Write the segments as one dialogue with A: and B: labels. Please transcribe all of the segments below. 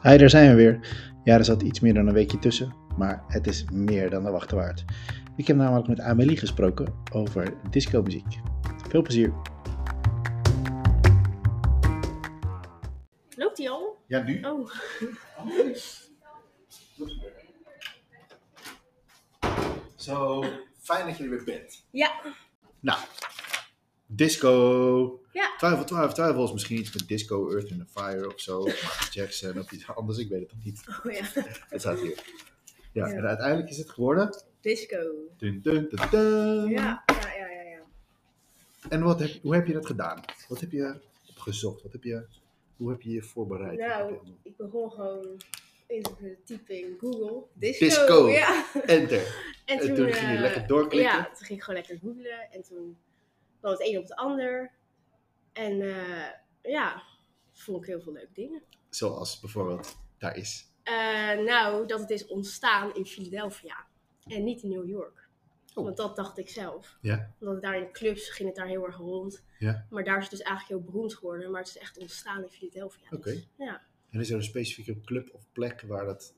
A: Hey, daar zijn we weer. Ja, er zat iets meer dan een weekje tussen, maar het is meer dan de wachten waard. Ik heb namelijk met Amelie gesproken over discomuziek. Veel plezier.
B: Loopt die al?
A: Ja, nu?
B: Oh.
A: Zo, fijn dat je er weer bent.
B: Ja.
A: Nou, disco.
B: Ja.
A: Twijfel, twijfel, twijfel is misschien iets met disco, Earth in the Fire of zo. Of Michael Jackson of iets anders, ik weet het nog niet.
B: Oh ja.
A: Het staat hier. Ja,
B: Ja.
A: en uiteindelijk is het geworden...
B: Disco.
A: Dun, dun, dun, dun.
B: Ja. Ja, ja, ja, ja.
A: En wat heb, hoe heb je dat gedaan? Wat heb je opgezocht? Wat heb je, hoe heb je je voorbereid?
B: Nou, ik begon gewoon in te typen in Google. Disco.
A: Disco.
B: Ja.
A: Enter.
B: En
A: toen
B: toen,
A: ging je
B: eh,
A: lekker doorklikken?
B: Ja, toen ging ik gewoon lekker googlen. En toen kwam het een op het ander. En eh, ja, vond ik heel veel leuke dingen.
A: Zoals bijvoorbeeld daar is.
B: Eh, nou, dat het is ontstaan in Philadelphia. En niet in New York.
A: Oh.
B: Want dat dacht ik zelf.
A: Ja,
B: Omdat het daar in clubs ging het daar heel erg rond.
A: Ja.
B: Maar daar is het dus eigenlijk heel beroemd geworden. Maar het is echt ontstaan in Philadelphia. Dus,
A: Oké.
B: ja.
A: en is er een specifieke club of plek waar dat...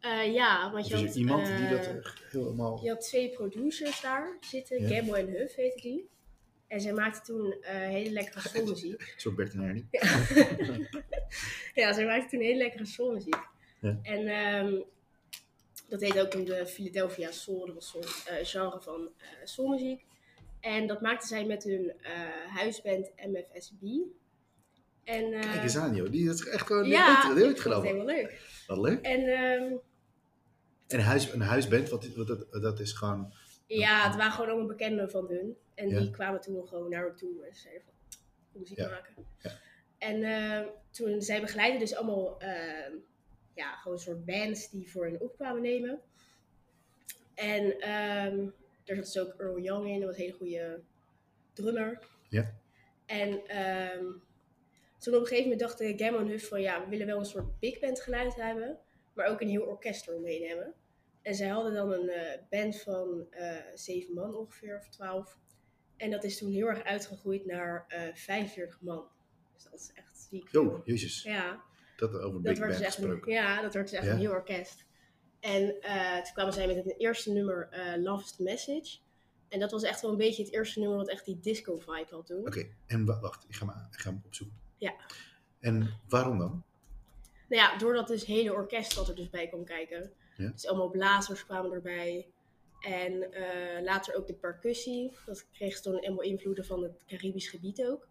B: Eh, ja, want
A: Of
B: je
A: is
B: had,
A: er iemand die
B: eh,
A: dat er helemaal...
B: Je had twee producers daar zitten.
A: Ja.
B: Gamble en Huff heette die. En zij maakten toen eh, hele lekkere soulmuziek.
A: Een soort Bert en Ernie.
B: ja, zij maakten toen hele lekkere soulmuziek.
A: Ja.
B: En ehm, dat heet ook in de Philadelphia soul. Dat was zo'n eh, genre van eh soulmuziek. En dat maakten zij met hun eh, huisband MFSB. En, eh,
A: Kijk eens aan joh, die Oh, dat is echt gewoon...
B: Ja,
A: Ja, heel
B: ik vond het
A: gelopen.
B: helemaal leuk.
A: Wat leuk.
B: En ehm,
A: En een, huis, een huisband, wat, wat, dat, dat is gewoon...
B: ja, het waren gewoon allemaal bekenden van hun. En
A: Ja.
B: die kwamen toen gewoon naar me toe en zeiden van, "Kom muziek
A: Ja.
B: maken.
A: Ja.
B: En ehm, toen, zij begeleidden dus allemaal, ehm, ja, gewoon een soort bands die voor hun opkwamen nemen. En ehm daar zat dus ook Earl Young in, dat was een hele goede drummer.
A: Ja.
B: En ehm, toen op een gegeven moment dachten Gamma en Huff van ja, we willen wel een soort big band geluid hebben, maar ook een heel orkest eromheen hebben. En zij hadden dan een eh, band van eh, zeven man ongeveer, of twaalf. En dat is toen heel erg uitgegroeid naar eh 45 man. Dus dat is echt ziek.
A: Yo, jezus.
B: Ja,
A: Dat over
B: dat
A: Big
B: werd,
A: Band
B: dus echt een,
A: gesproken.
B: ja, dat werd dus echt
A: Ja.
B: een heel orkest. En eh, toen kwamen zij met het eerste nummer, eh Love is the Message. En dat was echt wel een beetje het eerste nummer wat echt die disco-vibe had toen.
A: Oké, en wa- wacht, ik ga, hem, ik ga hem opzoeken.
B: Ja.
A: En waarom dan?
B: Nou ja, doordat dus hele orkest dat er dus bij kwam kijken.
A: Ja.
B: Dus allemaal blazers kwamen erbij. En eh, later ook de percussie. Dat kreeg toen helemaal invloeden van het Caribisch gebied ook.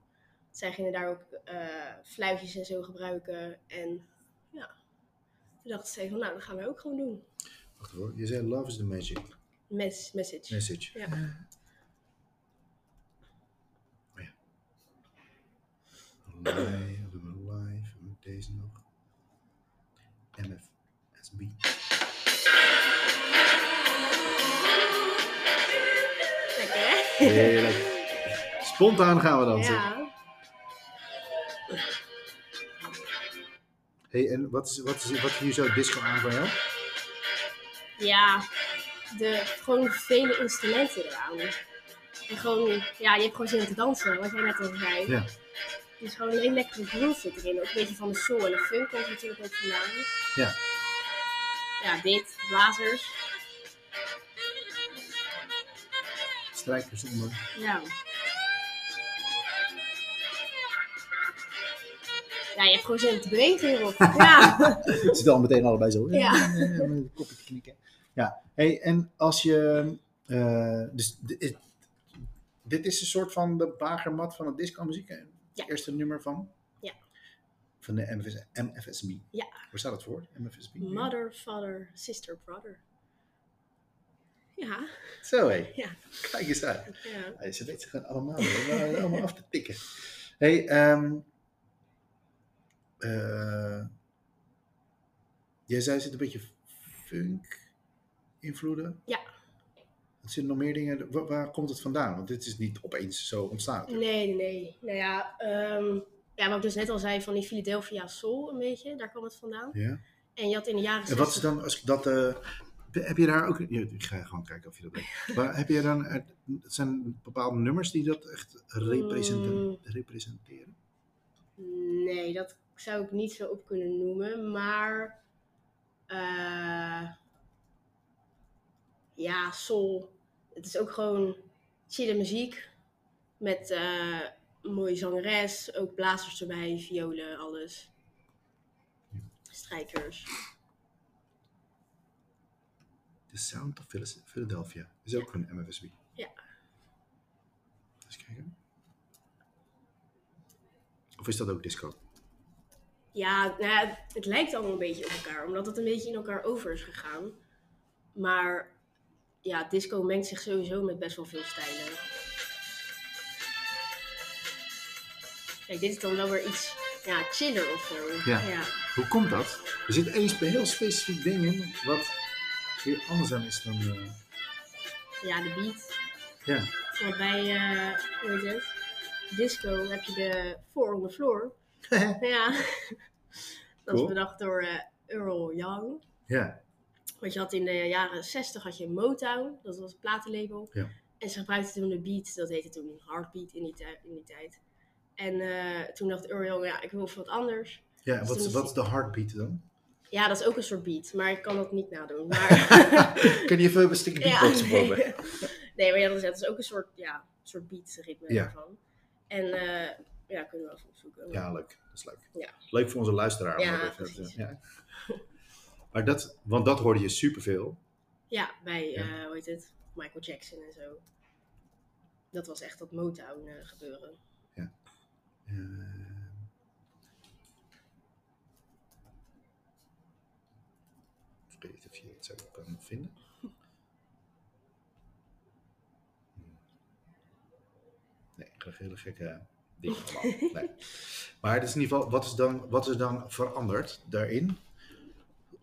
B: Zij gingen daar ook eh, fluitjes en zo gebruiken. En ja, toen dachten ze van nou, dat gaan we ook gewoon doen.
A: Wacht hoor, je zei Love is the Magic
B: Mes message.
A: Message.
B: Ja.
A: Oh ja. Live, live, deze nog. MFSB.
B: Lekker hè?
A: Heerlijk. Spontaan gaan we dansen.
B: Ja.
A: Hey, en wat is, wat, is, wat is hier zo disco aan van jou?
B: Ja, de, gewoon vele instrumenten eraan. En gewoon, ja, je hebt gewoon zin om te dansen, wat jij net al zei.
A: Ja.
B: Dus gewoon een hele lekkere groove zit erin. Ook een beetje van de soul en de funk komt natuurlijk ook vandaan.
A: Ja.
B: Ja, dit, blazers.
A: Strijkers onder.
B: Ja. Ja, je hebt gewoon zin om te bewegen hierop. Ja.
A: Het zit al meteen allebei zo.
B: Ja.
A: Met een kopje knikken. Ja. Hey, en als je. eh, dus dit is, dit is een soort van de bagermat van het disco muziek. hè? Het
B: Ja.
A: eerste nummer van?
B: Ja.
A: Van de MFS, MFSB.
B: Ja.
A: Waar staat het voor? MFSB.
B: Mother, father, sister, brother. Ja.
A: Zo hé.
B: Ja.
A: Kijk eens uit.
B: ja.
A: Hey, ze weten ze gewoon allemaal, hoor. allemaal af te tikken. Hey, ehm eh, jij zei er zit een beetje funk invloeden.
B: Ja.
A: Er zitten nog meer dingen. Waar, waar komt het vandaan? Want dit is niet opeens zo ontstaan. natuurlijk.
B: Nee, nee, nee. Nou ja, ehm, ja, wat ik dus net al zei van die Philadelphia Soul een beetje, daar kwam het vandaan.
A: Ja.
B: En je had in de jaren
A: En
B: 60...
A: wat is dan als ik dat. eh, heb je daar ook. ja, Ik ga gewoon kijken of je dat weet. Maar heb je dan. eh, zijn bepaalde nummers die dat echt representen-
B: Mm.
A: representeren?
B: Nee, dat zou ik niet zo op kunnen noemen. Maar eh, ja, soul. Het is ook gewoon chille muziek. Met eh, een mooie zangeres. Ook blazers erbij, violen, alles. Strijkers.
A: The Sound of Phil- Philadelphia. Is ook van MFSB.
B: Ja.
A: Eens kijken. Of is dat ook disco?
B: Ja, nou ja, het, het lijkt allemaal een beetje op elkaar, omdat het een beetje in elkaar over is gegaan. Maar ja, disco mengt zich sowieso met best wel veel stijlen. Kijk, dit is dan wel weer iets ja, chiller of zo.
A: Ja. Hoe komt dat? Er zit eens een heel specifiek ding in wat weer anders aan is dan... eh,
B: Ja, de beat.
A: ja.
B: Want bij, eh, hoe heet het? Disco heb je de four on the floor. ja. Dat
A: Cool.
B: is bedacht door eh, Earl Young.
A: ja.
B: Want je had in de jaren 60 had je Motown, dat was het platenlabel.
A: Ja.
B: En ze gebruikten toen de beat, dat heette toen heartbeat in die, tij- in die tijd. En eh, toen dacht Uriel, ja, ik wil wat anders.
A: Ja, en wat, wat is de heartbeat dan?
B: Ja, dat is ook een soort beat, maar ik kan dat niet nadoen. Maar,
A: Kun je even een stukje beatboxen
B: nee.
A: voor me?
B: nee, maar ja, dat is, dat is ook een soort, ja, een soort beat-ritme
A: Ja.
B: ervan. En eh, ja, kunnen we even opzoeken.
A: Ja, leuk. Dat is leuk.
B: Ja.
A: Leuk voor onze luisteraar. om
B: Ja,
A: dat even-
B: precies.
A: ja. Maar dat, want dat hoorde je superveel.
B: Ja, bij,
A: Ja.
B: eh, hoe heet het, Michael Jackson en zo. Dat was echt dat Motown eh, gebeuren.
A: Eh, Vergeet of je het zo kan vinden. Nee, ik krijg hele gekke dingen allemaal. Nee. Maar het is in ieder geval, wat is dan, wat is dan veranderd daarin?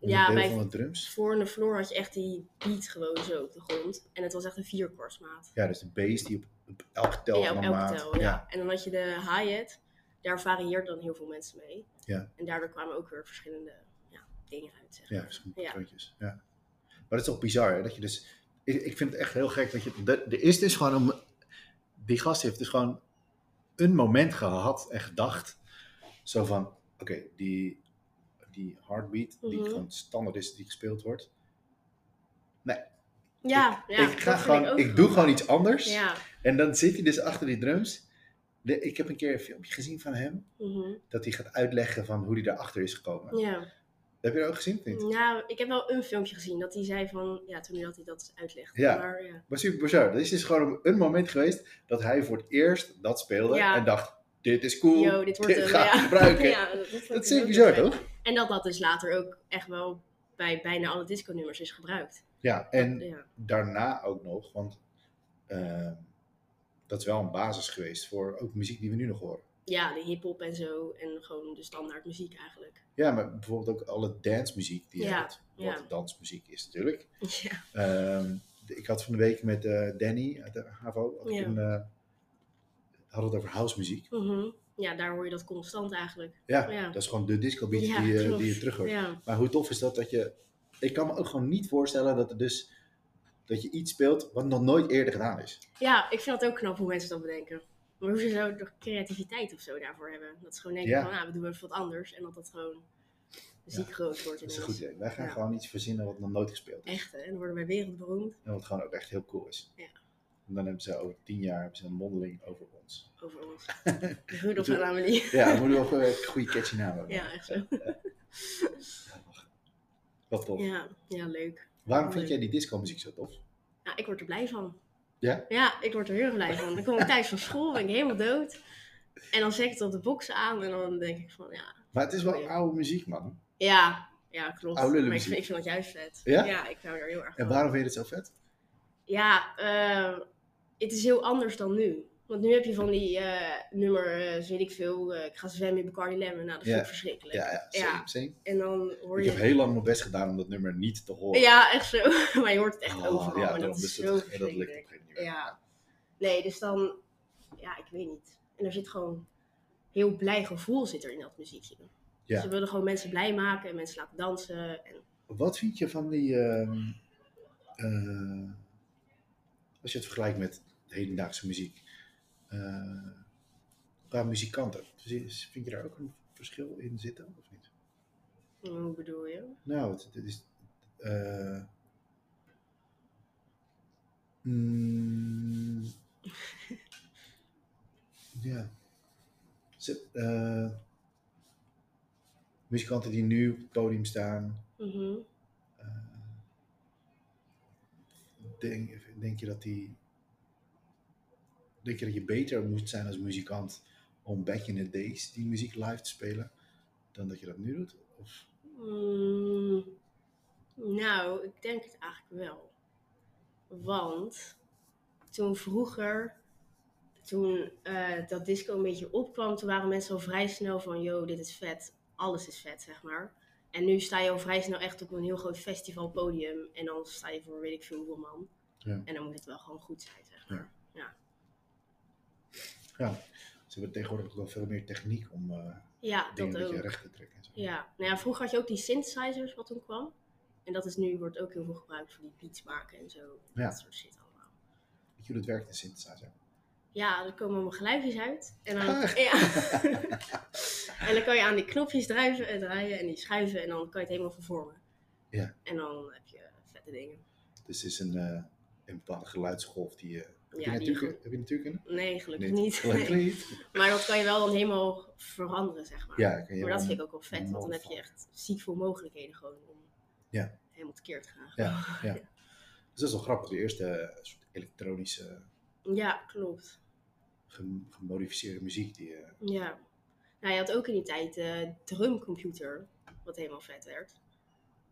A: Onderdeel
B: bij-
A: van de drums?
B: voor de floor had je echt die beat gewoon zo op de grond. En het was echt een vierkortsmaat.
A: Ja, dus de bass die op, op elk
B: Ja,
A: tel
B: op
A: van
B: elke
A: maat.
B: tel. Ja. En dan had je de hi-hat. Daar varieerden dan heel veel mensen mee.
A: Ja.
B: En daardoor kwamen ook weer verschillende ja, dingen uit. Zeg.
A: Ja,
B: maar.
A: verschillende
B: Ja.
A: patroontjes. Ja. Maar dat is toch bizar, hè? Dat je dus... Ik, ik vind het echt heel gek dat je... de- Er is dus gewoon... Om, die gast heeft dus gewoon een moment gehad en gedacht. Zo van, oké, die, die heartbeat die
B: Mhm.
A: gewoon standaard is die gespeeld wordt.
B: Ja, ja,
A: ik
B: dat
A: ga
B: vind
A: gewoon...
B: ook
A: Ik, doe gewoon iets anders.
B: Ja.
A: En dan zit hij dus achter die drums. De- ik heb een keer een filmpje gezien van hem.
B: mhm.
A: Dat hij gaat uitleggen van hoe hij daarachter is gekomen.
B: ja.
A: Heb je dat ook gezien of niet?
B: Nou, ik heb wel een filmpje gezien dat hij zei van... Ja, toen hij dat, hij dat uitlegde.
A: Ja.
B: Maar, ja.
A: Maar super bizar. Dit is dus gewoon een moment geweest dat hij voor het eerst dat speelde
B: Ja.
A: en dacht: dit is cool,
B: Yo, dit wordt
A: dit
B: hem,
A: ga ik
B: ja.
A: gebruiken.
B: Ja, dat, vond ik
A: Dat is
B: dus
A: super
B: ook
A: bizar,
B: wel
A: toch?
B: fijn. En dat dat dus later ook echt wel bij bijna alle disco-nummers is gebruikt.
A: Ja, en
B: Ja.
A: daarna ook nog, want eh, dat is wel een basis geweest voor ook muziek die we nu nog horen.
B: ja, de hip-hop en zo. En gewoon de standaard muziek eigenlijk.
A: Ja, maar bijvoorbeeld ook alle dancemuziek die je
B: Ja,
A: hebt, wat
B: ja.
A: dansmuziek is natuurlijk.
B: Ja.
A: Ehm, ik had van de week met eh, Danny uit de HAVO, had ik
B: Ja.
A: een, eh, hadden we het over housemuziek.
B: Mhm. ja, daar hoor je dat constant eigenlijk.
A: Ja,
B: Ja.
A: dat is gewoon de disco beat
B: Ja,
A: die, je
B: klopt.
A: die je terug hoort.
B: Ja,
A: Maar hoe tof is dat dat je. Ik kan me ook gewoon niet voorstellen dat er dus. dat je iets speelt wat nog nooit eerder gedaan is.
B: ja ik vind dat ook knap hoe mensen dat bedenken. Maar hoe ze zo de creativiteit of zo daarvoor hebben. Dat ze gewoon denken
A: Ja.
B: van, nou, we doen even wat anders. En dat dat gewoon muziek groot wordt.
A: Dat is een goed
B: ineens.
A: idee. Wij gaan
B: Ja.
A: gewoon iets verzinnen wat nog nooit gespeeld is.
B: Echt, hè? En dan worden wij wereldberoemd
A: En wat gewoon ook echt heel cool is.
B: Ja.
A: En dan hebben ze over tien jaar hebben ze een mondeling over ons.
B: over ons. Rudolf en Amelie.
A: Ja, we moeten wel een goede catchy naam hebben.
B: Ja, echt zo.
A: Wat tof.
B: Ja, ja leuk.
A: Waarom vind jij die disco muziek zo tof?
B: Nou, ik word er blij van.
A: Ja?
B: Ja, ik word er heel erg blij van. Dan kom ik thuis van school, ben ik helemaal dood. En dan zet ik dat de boxen aan en dan denk ik van, ja,
A: Maar het is wel oude muziek, man.
B: Ja, ja klopt.
A: Oude
B: maar ik
A: lullenmuziek.
B: vind, ik vind dat juist vet.
A: Ja?
B: ik hou er heel erg
A: En
B: van.
A: waarom vind je het zo vet?
B: Ja, eh, het is heel anders dan nu. Want nu heb je van die eh, nummer, eh weet ik veel, eh, ik ga zwemmen in Bacardi Lemon. Nou, dat vind
A: Ja.
B: ik verschrikkelijk.
A: Ja, ja, same,
B: Ja.
A: same.
B: En dan hoor
A: Ik
B: je...
A: heb heel lang mijn best gedaan om dat nummer niet te horen.
B: Ja, echt zo. maar je hoort het echt
A: Oh,
B: overal.
A: Ja,
B: en
A: daarom,
B: dat is
A: dus
B: zo
A: dat, dat lukt op een
B: verschrikkelijk.
A: gegeven moment niet meer.
B: Ja. Nee, dus dan... Ja, ik weet niet. En er zit gewoon heel blij gevoel zit er in dat muziekje.
A: Ja.
B: Ze willen gewoon mensen blij maken en mensen laten dansen. En
A: Wat vind je van die. ehm, eh, als je het vergelijkt met de hedendaagse muziek. eh, qua muzikanten. Vind je daar ook een verschil in zitten, of niet?
B: mm, Hoe bedoel je?
A: Nou, het, het is. eh, mm, ja. Ze- eh, muzikanten die nu op het podium staan,
B: Mhm.
A: denk, denk je dat die. Denk je dat je beter moest zijn als muzikant om back in the days die muziek live te spelen, dan dat je dat nu doet? Of,
B: Mm, nou, ik denk het eigenlijk wel. Want toen vroeger, toen eh, dat disco een beetje opkwam, toen waren mensen al vrij snel van, yo, dit is vet, alles is vet, zeg maar. En nu sta je al vrij snel echt op een heel groot festivalpodium en dan sta je voor weet ik veel hoeveel man.
A: Ja.
B: En dan moet het wel gewoon goed zijn, zeg maar.
A: ja, ze hebben tegenwoordig ook wel veel meer techniek om. eh,
B: Ja,
A: dingen
B: dat
A: dat je
B: ook.
A: recht te trekken. En zo.
B: Ja, nou ja, vroeger had je ook die synthesizers wat toen kwam. En dat is nu, wordt ook heel veel gebruikt voor die beats maken en zo.
A: Ja.
B: Dat soort shit allemaal.
A: Weet je hoe dat werkt in synthesizer?
B: Ja, er komen allemaal geluidjes uit. En dan,
A: Ah.
B: ja. en dan kan je aan die knopjes drijven, eh, draaien en die schuiven en dan kan je het helemaal vervormen.
A: Ja.
B: En dan heb je vette dingen.
A: Dus het is een, eh, een bepaalde geluidsgolf die je... Heb,
B: Ja,
A: je, Oh,
B: die
A: natuurlijk, heb je natuurlijk
B: Nee, gelukkig
A: een?
B: niet.
A: Gelukkig
B: Nee.
A: niet.
B: Maar dat kan je wel dan helemaal veranderen, zeg maar.
A: Ja, kan je
B: maar dat
A: dan-
B: vind ik ook wel vet, want dan heb je
A: modifier.
B: echt ziek veel mogelijkheden gewoon om
A: Ja.
B: helemaal tekeer te gaan.
A: Ja, ja. Dus dat is wel grappig. De eerste eh, soort elektronische
B: Ja, klopt.
A: gem- gemodificeerde muziek die eh, je...
B: Ja. Nou, je had ook in die tijd eh drumcomputer, wat helemaal vet werd.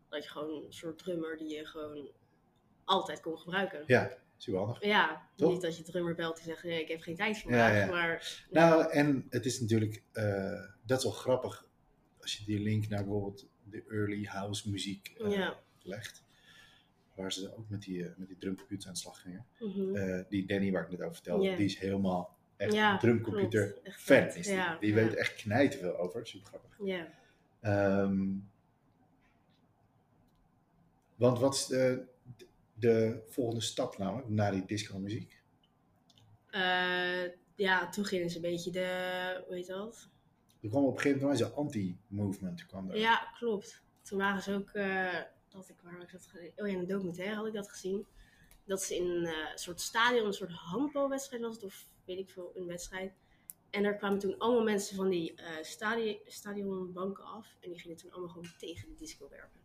B: Dat je gewoon een soort drummer die je gewoon altijd kon gebruiken.
A: Ja, is wel handig.
B: Ja,
A: Toch?
B: niet dat je drummer belt en zegt, nee, ik heb geen tijd voor
A: Ja, ja.
B: maar
A: Nou, en het is natuurlijk... eh, dat is wel grappig als je die link naar bijvoorbeeld de early house muziek eh,
B: Ja.
A: legt. Waar ze ook met die, eh, met die drumcomputers aan de slag gingen.
B: mhm.
A: Eh, die Danny waar ik net over vertelde,
B: Ja.
A: die is helemaal echt
B: Ja,
A: drumcomputer
B: klopt. Echt
A: fan.
B: vet,
A: Is die
B: ja,
A: die
B: ja.
A: weet echt knijten veel over. Super grappig.
B: ja.
A: Ehm, want wat is de, de volgende stap namelijk na die disco muziek?
B: Eh, ja, toen gingen ze een beetje de, hoe heet dat?
A: Er kwam op een gegeven moment zo'n anti-movement. Kwam er.
B: Ja, klopt. Toen waren ze ook, eh, dat ik, waar had ik dat gezien? Oh ja, in een documentaire had ik dat gezien. Dat ze in eh, een soort stadion, een soort handbalwedstrijd was het, of weet ik veel, een wedstrijd. En daar kwamen toen allemaal mensen van die eh stadi- stadionbanken af. En die gingen toen allemaal gewoon tegen de disco werken.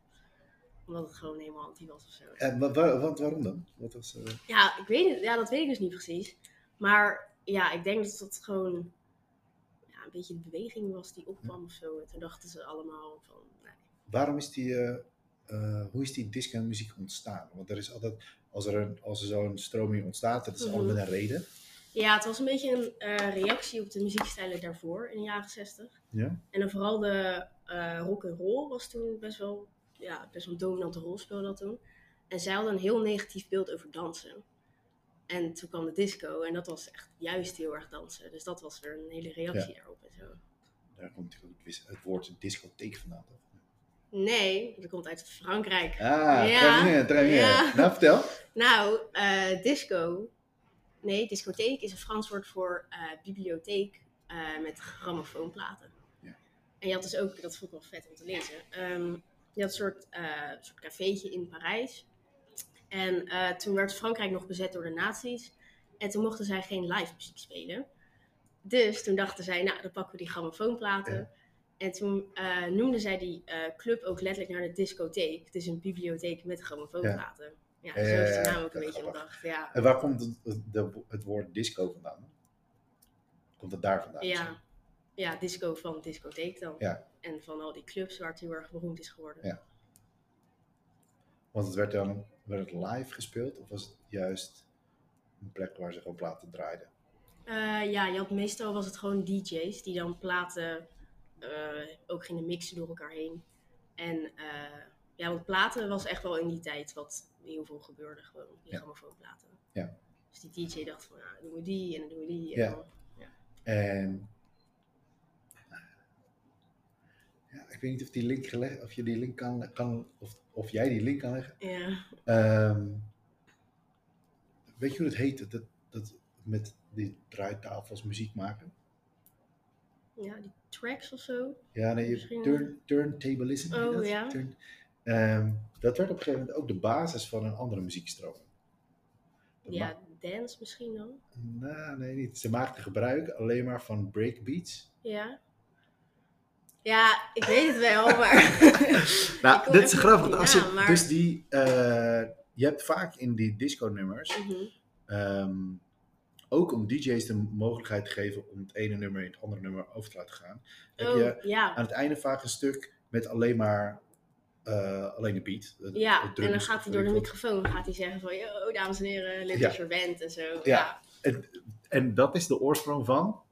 B: Omdat het gewoon helemaal anti was of zo.
A: En wa- wa- want waarom dan? Wat was, eh,
B: Ja, ik weet het, ja, dat weet ik dus niet precies. Maar ja, ik denk dat dat gewoon ja, een beetje de beweging was die opkwam of zo. En toen dachten ze allemaal van, nou, nee,
A: waarom is die, eh, eh, hoe is die disco muziek ontstaan? Want er is altijd, als er, een, als er zo'n stroming ontstaat, dat is
B: Mhm.
A: allemaal met een reden.
B: Ja, het was een beetje een eh, reactie op de muziekstijlen daarvoor in de jaren 60.
A: Ja?
B: En dan vooral de eh rock and roll was toen best wel, ja, best wel een dominante rol speelde dat toen. En zij hadden een heel negatief beeld over dansen. En toen kwam de disco en dat was echt juist heel erg dansen. Dus dat was weer een hele reactie daarop en zo.
A: Daar komt natuurlijk ook het wis- het woord discotheek vandaan. Toch?
B: Nee, dat komt uit Frankrijk.
A: Ah,
B: Ja.
A: ja. in, trek in.
B: Ja.
A: Nou, vertel.
B: Nou, eh, disco. Nee, discotheek is een Frans woord voor eh, bibliotheek eh, met grammofoonplaten.
A: Ja.
B: En je had dus ook, dat vond ik wel vet om te lezen, ehm, je had een soort, eh soort cafeetje in Parijs. En eh, toen werd Frankrijk nog bezet door de nazi's. En toen mochten zij geen live muziek spelen. Dus toen dachten zij, nou, dan pakken we die grammofoonplaten.
A: Ja.
B: En toen eh, noemden zij die eh, club ook letterlijk naar de discotheek. Dus een bibliotheek met grammofoonplaten. Ja,
A: Ja,
B: zo is de
A: ja,
B: naam ook een
A: ja,
B: beetje
A: grappig.
B: bedacht. Ja,
A: En waar komt het, de- het woord disco vandaan? Komt dat daar vandaan?
B: ja. ja, disco van discotheek dan.
A: Ja.
B: En van al die clubs waar het heel erg beroemd is geworden.
A: Ja. Want het werd dan werd het live gespeeld of was het juist een plek waar ze gewoon platen draaiden?
B: Eh, ja, je had, meestal was het gewoon DJ's die dan platen eh, ook gingen mixen door elkaar heen. En eh, ja, want platen was echt wel in die tijd wat heel veel gebeurde, gewoon die
A: Ja.
B: grammofoonplaten.
A: Ja.
B: Dus die DJ dacht van, nou, dan doen we die en dan doen we die.
A: Ja.
B: En dan,
A: En ja, ik weet niet of, die link gelegd, of je die link kan, kan of, of jij die link kan leggen.
B: ja.
A: Ehm, weet je hoe het heet? Dat, dat met die draaitafels muziek maken?
B: ja, die tracks of zo.
A: Ja, nee, je
B: Misschien-
A: turn, turntablism. heet
B: Oh,
A: dat?
B: ja.
A: Turn- Ehm, dat werd op een gegeven moment ook de basis van een andere muziekstroming. De ma-
B: Ja, dance misschien dan.
A: Nou, nee, niet. Ze maakten gebruik alleen maar van breakbeats.
B: Ja. Ja, ik weet het wel, maar. Ik
A: Nou,
B: kon
A: dit
B: echt
A: is
B: niet-
A: grappig. want Als je,
B: ja, maar-
A: Dus die, eh, je hebt vaak in die disco-nummers,
B: Mhm.
A: ehm, ook om DJ's de mogelijkheid te geven om het ene nummer in het andere nummer over te laten gaan, heb
B: Oh,
A: je
B: ja.
A: aan het einde vaak een stuk met alleen maar eh, alleen de beat. Het- het
B: Ja, en dan
A: drums,
B: gaat
A: weet
B: hij door de
A: ik wat.
B: microfoon dan gaat hij zeggen van, yo, dames en heren, leuk
A: Ja.
B: dat je er bent en zo.
A: Ja. En dat is de oorsprong van.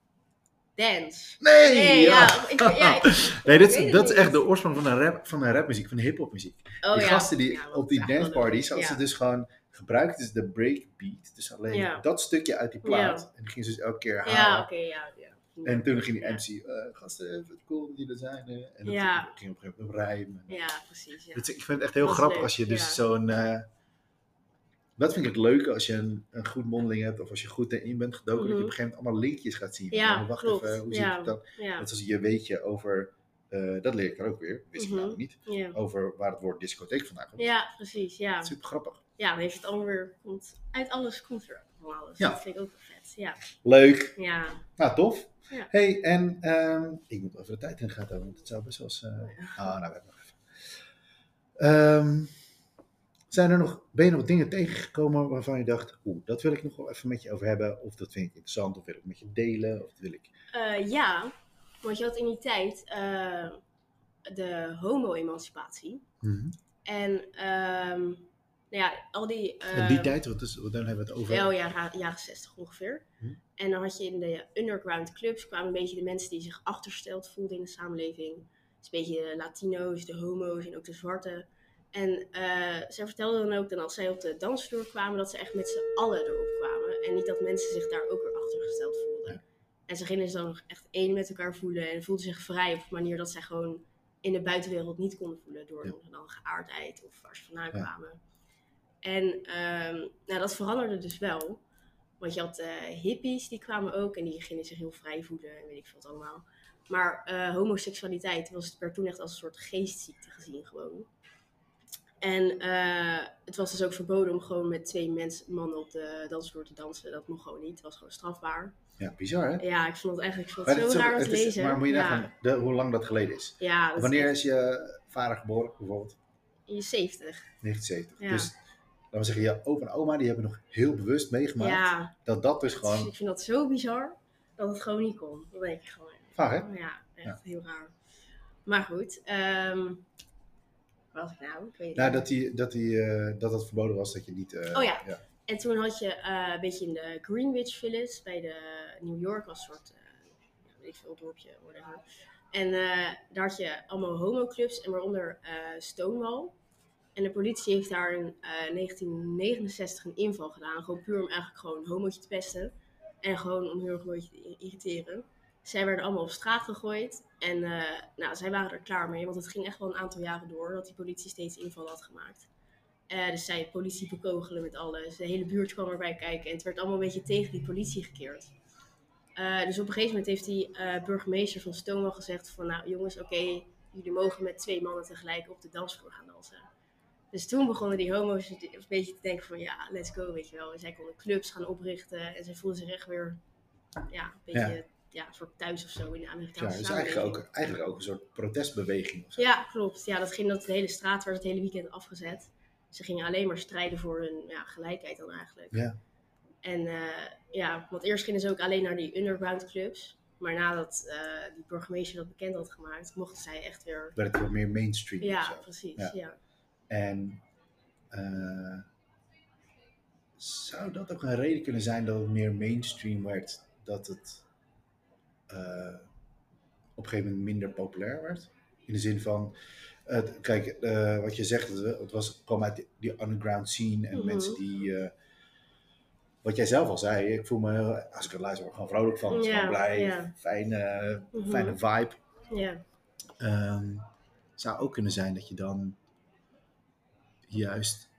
B: Dance.
A: Nee!
B: Nee, ja. Ik, ja, ik-
A: nee, dit,
B: ik
A: is-
B: weet het
A: dat is
B: niet.
A: echt de oorsprong van een rap, van een rapmuziek, van de hip-hop muziek.
B: oh,
A: die
B: ja.
A: gasten die
B: Ja, want
A: op die
B: het is eigenlijk
A: danceparties
B: wel
A: hadden
B: een-
A: ze dus gewoon gebruikt dus de breakbeat. Dus alleen
B: Ja.
A: dat stukje uit die plaat. En die gingen ze dus elke keer
B: Ja, ja
A: herhalen.
B: oké, ja, ja.
A: En toen ging die
B: Ja.
A: MC, eh, gasten, wat cool dat jullie er zijn. hè. En dat
B: Ja.
A: ging op een gegeven moment rijmen.
B: Ja, precies. Ja.
A: Het is- ik vind het echt heel
B: Dat is
A: grappig
B: leuk,
A: als je dus
B: ja.
A: zo'n... eh, dat vind ik het leuke als je een, een goed mondeling hebt of als je goed erin bent gedoken, dat je op een gegeven moment allemaal linkjes gaat zien. Van,
B: Mhm. Ja,
A: oh, wacht
B: klopt.
A: even, hoe
B: Ja.
A: zit het dan?
B: Ja,
A: Net als je weetje over, eh, dat leer ik dan ook weer, wist
B: Mhm.
A: ik nou niet,
B: ja.
A: over waar het woord discotheek vandaan komt.
B: ja, precies. Ja.
A: Super grappig.
B: ja, dan heeft het allemaal weer. Want uit alles komt er ook van alles.
A: Ja.
B: Dat vind ik ook wel vet. Ja,
A: Leuk.
B: ja.
A: Nou, tof.
B: Ja.
A: hey, en ehm, ik moet even de tijd in de gaten houden, want het zou best wel eens... eh,
B: Oh
A: Ah, nou, we hebben nog even. Ehm, zijn er nog, ben je nog dingen tegengekomen waarvan je dacht, oeh, dat wil ik nog wel even met je over hebben, of dat vind ik interessant, of wil ik met je delen, of dat wil ik...
B: Eh, ja, want je had in die tijd eh, de homo-emancipatie.
A: Mhm.
B: En ehm, nou ja, al die.
A: in die
B: ehm,
A: tijd, wat is, want dan hebben we het over...
B: Ja, oh ja, ra- jaren 60 ongeveer.
A: Hm.
B: En dan had je in de underground clubs kwamen een beetje de mensen die zich achtersteld voelden in de samenleving. Dus een beetje de Latino's, de homo's en ook de zwarten. En eh zij vertelden dan ook dat als zij op de dansvloer kwamen, dat ze echt met z'n allen erop kwamen. En niet dat mensen zich daar ook weer achtergesteld voelden. En ze gingen zich dan echt één met elkaar voelen en voelden zich vrij op een manier dat zij gewoon in de buitenwereld niet konden voelen door
A: Ja.
B: hun dan geaardheid of waar ze vandaan
A: Ja.
B: kwamen. En ehm, nou, dat veranderde dus wel. Want je had eh, hippies, die kwamen ook en die gingen zich heel vrij voelen en weet ik veel wat allemaal. Maar eh, homoseksualiteit was, werd toen echt als een soort geestziekte gezien gewoon. En eh, het was dus ook verboden om gewoon met twee mensen, mannen op de dansvloer te dansen. Dat mocht gewoon niet, het was gewoon strafbaar.
A: Ja, bizar, hè?
B: Ja, ik vond het eigenlijk ik vond
A: Maar
B: het
A: dat is
B: zo
A: ook-
B: raar om te
A: het is-
B: lezen.
A: Maar moet je
B: ja.
A: nagaan de- hoe lang dat geleden is.
B: Ja, dat is
A: Wanneer
B: echt
A: is je vader geboren, bijvoorbeeld?
B: in je 70.
A: 1970.
B: Ja.
A: Dus laten we zeggen, je opa en oma die hebben nog heel bewust meegemaakt
B: ja,
A: dat dat dus
B: dat is-
A: gewoon...
B: ik vind dat zo bizar dat het gewoon niet kon. Dat denk ik gewoon.
A: Vaag, hè?
B: Oh Ja, echt heel raar. Maar goed, ehm wat was ik nou? Ik weet het
A: Nou,
B: niet.
A: dat, die, dat, die, eh, dat dat verboden was dat je niet... eh,
B: Oh ja.
A: ja.
B: En toen had je eh, een beetje in de Greenwich Village bij de New York als soort, eh, ja, weet ik veel, dorpje, whatever. En eh, daar had je allemaal homoclubs en waaronder eh, Stonewall. En de politie heeft daar in eh, 1969 een inval gedaan. Gewoon puur om eigenlijk gewoon homootje te pesten. En gewoon om heel erg een beetje te irriteren. Zij werden allemaal op straat gegooid. En eh, nou, zij waren er klaar mee. Want het ging echt wel een aantal jaren door dat die politie steeds inval had gemaakt. Eh, dus zij politie bekogelen met alles. De hele buurt kwam erbij kijken. En het werd allemaal een beetje tegen die politie gekeerd. Eh, dus op een gegeven moment heeft die eh, burgemeester van Stonewall gezegd van... Nou jongens, oké, jullie mogen met twee mannen tegelijk op de dansvloer gaan dansen. Dus toen begonnen die homo's een beetje te denken van... Ja, let's go, weet je wel. En zij konden clubs gaan oprichten. En zij voelden zich echt weer... Ja, een beetje... Ja. een soort thuis of zo in de
A: Ja,
B: Amerikaanse
A: dus
B: samenleving.
A: eigenlijk ook, eigenlijk ook een soort protestbeweging of zo.
B: Ja, klopt. Ja, dat ging dat de hele straat werd het hele weekend afgezet. Ze gingen alleen maar strijden voor hun ja, gelijkheid dan eigenlijk.
A: Ja.
B: En eh, ja, want eerst gingen ze ook alleen naar die underground clubs. Maar nadat eh, die burgemeester dat bekend had gemaakt, mochten zij echt weer.
A: Werd het wat meer mainstream of
B: Ja,
A: zo.
B: precies.
A: Ja.
B: Ja.
A: En eh, zou dat ook een reden kunnen zijn dat het meer mainstream werd? Dat het eh, op een gegeven moment minder populair werd? In de zin van, het, kijk, eh, wat je zegt, het, het was, kwam uit die, die underground scene en
B: Mhm.
A: mensen die... eh, wat jij zelf al zei, ik voel me, heel- als ik het luister, word ik gewoon vrolijk van. Ik ben
B: Ja,
A: gewoon blij,
B: ja.
A: fijne,
B: Mhm.
A: fijne vibe.
B: ja.
A: Ehm, zou ook kunnen zijn dat je dan juist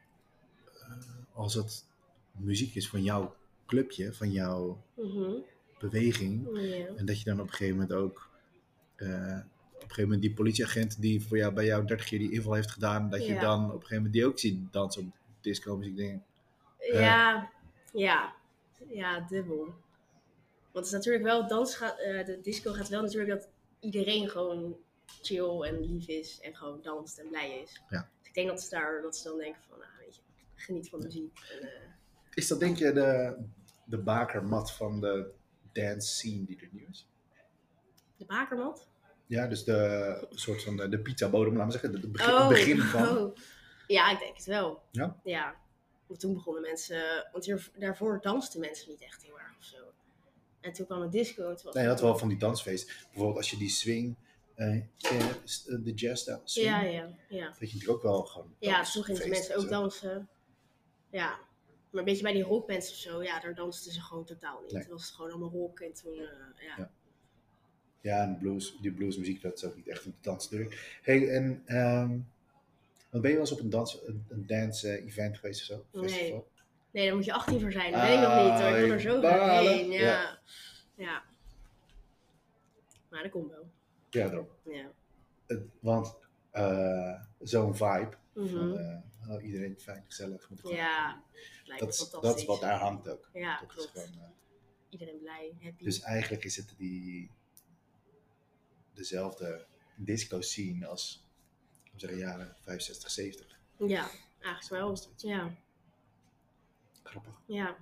A: eh, als het muziek is van jouw clubje, van jouw
B: Mhm.
A: beweging,
B: Ja.
A: en dat je dan op een gegeven moment ook eh, op een gegeven moment die politieagent die voor jou, bij jou 30 keer die inval heeft gedaan, dat je
B: Ja.
A: dan op een gegeven moment die ook ziet dansen op disco. Dus ik denk, Eh.
B: Ja, ja, ja, dubbel. Want het is natuurlijk wel, dans gaat, eh, de disco gaat wel natuurlijk dat iedereen gewoon chill en lief is en gewoon danst en blij is.
A: Ja.
B: Dus ik denk dat ze daar, dat ze dan denken van, ah, weet je, geniet van de muziek. En, eh,
A: is dat denk je de, de bakermat van de dance scene die er nu is?
B: de bakermat.
A: Ja, dus de soort van de, de pizza bodem, laten we zeggen, de- de begin, het begin van.
B: oh. Ja, ik denk het wel.
A: Ja?
B: Ja. Want toen begonnen mensen, want hier, daarvoor dansten mensen niet echt heel erg of zo. En toen kwam het disco. en toen was
A: Nee, je
B: het-
A: had wel van die dansfeest. Bijvoorbeeld als je die swing, eh, eh, s- eh, de jazz daar swing,
B: Ja, ja, ja.
A: dat je natuurlijk ook wel gewoon
B: Ja, toen gingen de
A: dansfeest
B: mensen
A: en
B: ook
A: zo.
B: dansen. Ja. Maar een beetje bij die rockbands of zo, ja, daar dansten ze gewoon totaal niet.
A: Nee.
B: Toen was het gewoon allemaal rock en toen, eh, ja.
A: Ja. Ja, en blues, die bluesmuziek, dat is ook niet echt een dans natuurlijk. hey, en ehm, want ben je wel eens op een, dans, een, een dance eh, event geweest of zo?
B: Nee.
A: Festival?
B: Nee, daar moet je 18 voor zijn. Dat weet ik nog niet hoor. Ik wil er zo graag
A: balen.
B: heen. Ja.
A: Ja.
B: ja. Maar dat komt wel.
A: Ja, daarom.
B: Ja.
A: Het- want eh, zo'n vibe van
B: Mhm.
A: eh, oh, iedereen fijn, gezellig. Met elkaar.
B: Ja. Lijkt
A: dat,
B: me
A: is-
B: fantastisch.
A: dat is wat daar hangt ook.
B: Ja,
A: dat is
B: klopt.
A: gewoon, eh,
B: Iedereen blij, happy.
A: dus eigenlijk is het die, dezelfde disco scene als laten we zeggen, jaren 65, 70.
B: Ja, eigenlijk wel. Ja.
A: Grappig.
B: Ja.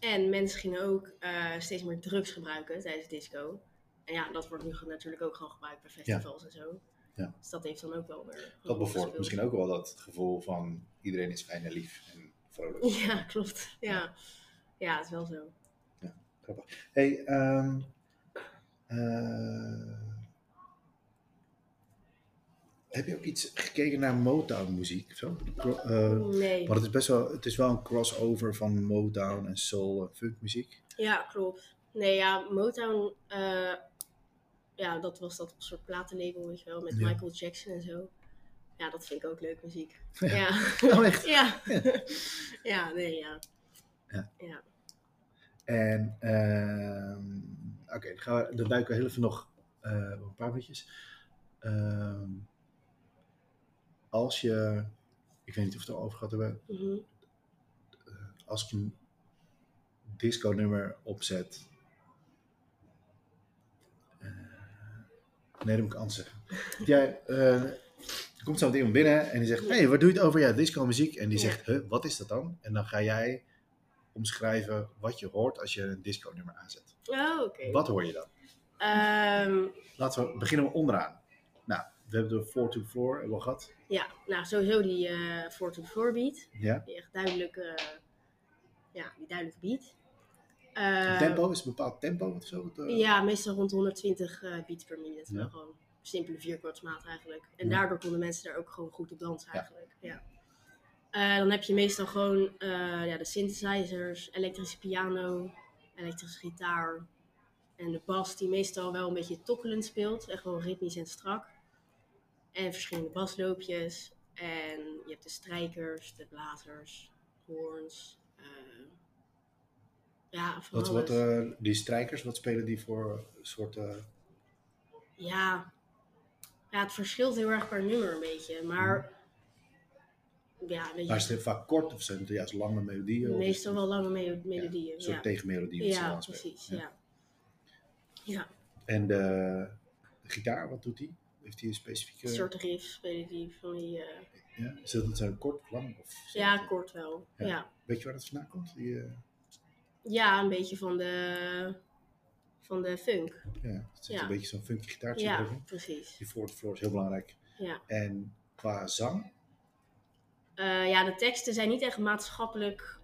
B: En mensen gingen ook eh, steeds meer drugs gebruiken tijdens disco. En ja, dat wordt nu ge- natuurlijk ook gewoon gebruikt bij festivals en zo.
A: Ja.
B: Dus Oh, dat heeft dan ook wel weer.
A: Dat bevordert misschien ook wel dat gevoel van iedereen is fijn en lief en vrolijk.
B: Ja, klopt. Ja. ja, het is wel zo.
A: Hey, ehm, eh, heb je ook iets gekeken naar Motown muziek? Zo? Cro- eh,
B: Nee.
A: maar het is best wel, het is wel een crossover van Motown en soul en funk muziek.
B: Ja, klopt. Nee, ja, Motown, eh, ja, dat was dat soort platenlabel, weet je wel, met
A: Ja.
B: Michael Jackson en zo. Ja, dat vind ik ook leuk muziek.
A: Ja.
B: Ja.
A: Oh, echt?
B: Ja. Ja, nee, ja.
A: Ja.
B: Ja.
A: En ehm, oké, dan, gaan we- dan duiken we heel even nog eh, een paar minuutjes. Ehm, als je, ik weet niet of we het al over gehad hebben,
B: Mhm.
A: als ik een disco nummer opzet. Eh, nee, dat moet ik anders zeggen. Want Jij, eh, er komt zo meteen iemand binnen en die zegt: Hé, hey, wat doe je het over? Ja, disco muziek. En die
B: Ja.
A: zegt: huh, wat is dat dan? En dan ga jij omschrijven wat je hoort als je een disco nummer aanzet.
B: Oh, oké.
A: Wat hoor je dan?
B: Ehm,
A: Laten we beginnen we onderaan. Nou, we hebben de floor to floor hebben we al gehad.
B: ja, nou sowieso die eh voor to voor beat.
A: Ja.
B: Die echt duidelijke, eh, ja, die duidelijke beat. Eh,
A: tempo is een bepaald tempo of zo. Het, eh,
B: Ja, meestal rond 120 eh beats per minute.
A: Ja.
B: Wel gewoon simpele vierkwartsmaat eigenlijk. En
A: Ja.
B: daardoor konden mensen daar ook gewoon goed op dansen
A: Ja.
B: eigenlijk. Ja. Eh, dan heb je meestal gewoon eh, ja, de synthesizers, elektrische piano, elektrische gitaar. En de bas die meestal wel een beetje tokkelend speelt. Echt wel ritmisch en strak. En verschillende basloopjes. En je hebt de strijkers, de blazers, hoorns. eh, ja, van
A: Wat, wat,
B: alles.
A: eh, die strijkers, wat spelen die voor eh, soorten.
B: Ja. ja, het verschilt heel erg per nummer een beetje. Maar ja, weet
A: Hmm. Maar
B: je,
A: ze zijn vaak kort of zijn het juist lange melodieën? of-
B: meestal wel lange melo-
A: Ja,
B: melodieën.
A: Een
B: Ja,
A: soort tegenmelodieën. die ze
B: ja
A: dan spelen.
B: precies.
A: Ja.
B: Ja. Ja,
A: En de, de gitaar, wat doet die? Heeft die een specifieke...
B: een soort riffs spelen die van die... eh,
A: Ja? Is dat zijn kort of lang? Of zo?
B: ja, kort wel.
A: Ja.
B: Ja. Ja.
A: Weet je waar dat vandaan komt? Die, eh,
B: een beetje van de, van de funk.
A: ja, het zit
B: Ja.
A: een beetje zo'n funky gitaartje
B: Ja,
A: erin.
B: precies.
A: Die voor floor is heel belangrijk.
B: Ja.
A: En qua zang?
B: Eh, ja, de teksten zijn niet echt maatschappelijk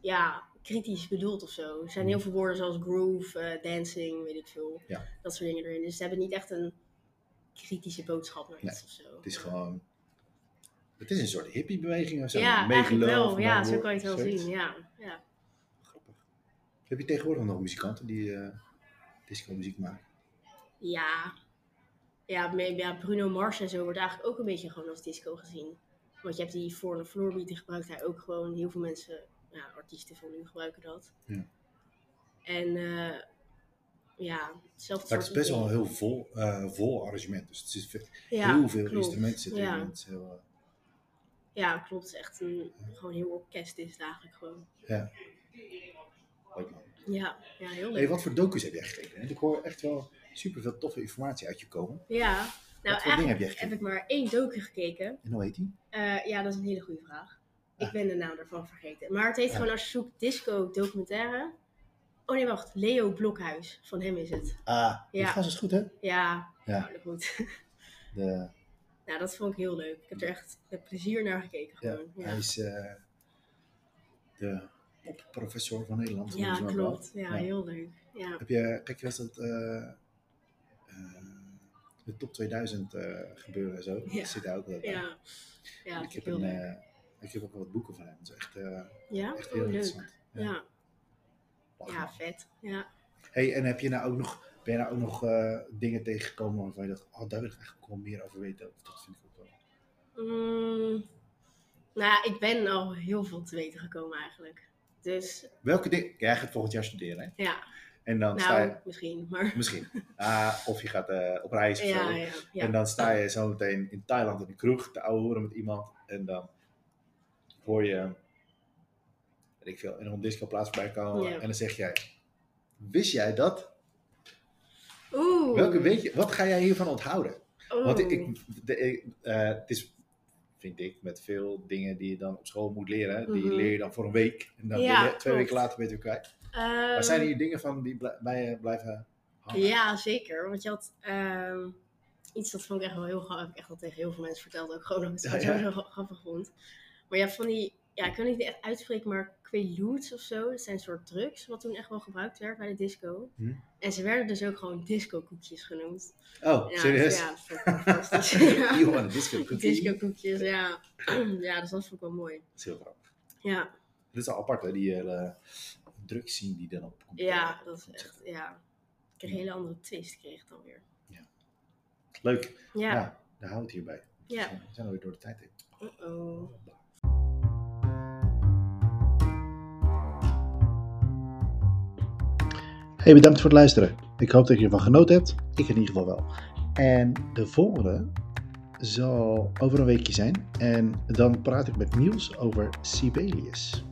B: ja, kritisch bedoeld of zo. Er zijn heel veel woorden zoals groove, eh, dancing, weet ik veel.
A: Hmm. Ja.
B: Dat soort dingen erin. Dus ze hebben niet echt een kritische boodschap naar iets of zo.
A: Het is gewoon... Het is een soort hippiebeweging of zo.
B: Ja,
A: Make
B: eigenlijk
A: love,
B: wel. Ja,
A: no
B: zo kan je het wel
A: war, zoiets.
B: zien. Ja. Ja.
A: Grappig. Heb je tegenwoordig nog muzikanten die eh disco muziek maken?
B: Ja. Ja, me- ja, Bruno Mars en zo wordt eigenlijk ook een beetje gewoon als disco gezien. Want je hebt die voor de floor beat, die gebruikt hij ook gewoon. Heel veel mensen, ja, artiesten van nu gebruiken dat.
A: Ja.
B: En eh, ja, hetzelfde
A: Maar het
B: soort
A: is best wel een
B: muziek.
A: heel vol, eh, vol arrangement. Dus er zit ve-
B: ja,
A: heel veel
B: klopt.
A: instrumenten zitten
B: ja.
A: in. Het is heel, eh,
B: Ja, klopt. Het is Echt een, gewoon heel orkest is het eigenlijk gewoon.
A: leuk man.
B: Ja, ja heel leuk.
A: Hey, wat voor docu's heb jij gekeken? Want ik hoor echt wel super veel toffe informatie uit je komen.
B: Ja, nou
A: wat voor dingen
B: eigenlijk
A: heb jij
B: heb
A: gekeken?
B: ik maar één docu gekeken.
A: En hoe heet die?
B: Eh, ja, dat is een hele goede vraag. Ik
A: Ah.
B: ben de naam daarvan vergeten. Maar het heet
A: Ah.
B: gewoon als je zoekt disco documentaire. Oh nee, wacht. Leo Blokhuis. Van hem is het.
A: Ah, die
B: Ja.
A: gast is goed hè?
B: Ja,
A: Ja.
B: ja. goed.
A: De,
B: nou, dat vond ik heel leuk. Ik heb er echt met plezier naar gekeken
A: ja,
B: gewoon. Ja,
A: Hij is eh, de popprofessor van Nederland.
B: Ja,
A: volgens mij wel.
B: klopt. Ja,
A: Ja.
B: heel leuk. Ja.
A: Heb je, kijk je was dat eh, eh, de top 2000 eh, gebeuren en zo?
B: Ja.
A: Dat zit daar ook wel bij.
B: Ja. Ja, dat
A: ik, heb
B: heel
A: een,
B: leuk.
A: eh, ik heb ook wat boeken van hem. Het is echt, eh,
B: ja?
A: echt
B: Oh,
A: heel
B: leuk.
A: interessant.
B: Ja.
A: Lachen.
B: ja, vet. Ja.
A: Hey, en heb je nou ook nog, ben je nou ook nog eh, dingen tegengekomen waarvan je dacht, oh, daar wil ik eigenlijk wel meer over weten? Of dat vind ik ook wel.
B: Mm, nou, ja, ik ben al heel veel te weten gekomen eigenlijk. Dus
A: Welke dingen? Jij gaat volgend jaar studeren, hè?
B: ja,
A: En dan sta
B: nou,
A: je,
B: misschien. Maar
A: misschien, Ah, of je gaat eh, op reis of zo.
B: ja, ja, ja.
A: En dan sta je zo meteen in Thailand in de kroeg te ouwehoeren met iemand. En dan hoor je, weet ik veel, in een discoplaats bij komen.
B: Ja.
A: En dan zeg jij, wist jij dat?
B: Oeh.
A: Welke weet je, wat ga jij hiervan onthouden?
B: oeh.
A: Want ik, ik, de- ik, eh, het is, vind ik, met veel dingen die je dan op school moet leren. Die
B: Mhm.
A: leer je dan voor een week. En dan
B: Ja,
A: ben je twee
B: klopt.
A: weken later ben je het weer kwijt.
B: Ehm,
A: maar zijn hier dingen van die Oh. bl- bij je blijven hangen?
B: Ja, zeker. Want je had ehm, iets dat vond ik echt wel heel grappig. Heb ik echt al tegen heel veel mensen verteld. Ook gewoon omdat ik het
A: Ja, ja.
B: sowieso gra- grappig vond. Maar ja, van die... Ja, ik kan het niet echt uitspreken, maar quaaludes of zo. Dat zijn een soort drugs wat toen echt wel gebruikt werd bij de disco.
A: Hm.
B: En ze werden dus ook gewoon discokoekjes genoemd.
A: Oh,
B: Ja,
A: serieus?
B: Ja, dat vond ik fantastisch. Ja.
A: You want a disco cookie?
B: Discokoekjes, ja. ja, dus dat vond ik wel mooi.
A: Dat is heel grappig.
B: Ja,
A: Dat is al apart, hè? die eh, hele drugscene die dan op komt.
B: ja dat is echt... Ja. Ik kreeg een hele andere twist, kreeg ik dan weer.
A: Leuk. Ja,
B: Ja,
A: daar houden we het hierbij.
B: ja.
A: We zijn alweer door de tijd heen.
B: Uh-oh.
A: Hey, bedankt voor het luisteren. Ik hoop dat je ervan genoten hebt. Ik in ieder geval wel. En de volgende zal over een weekje zijn. En dan praat ik met Niels over Sibelius.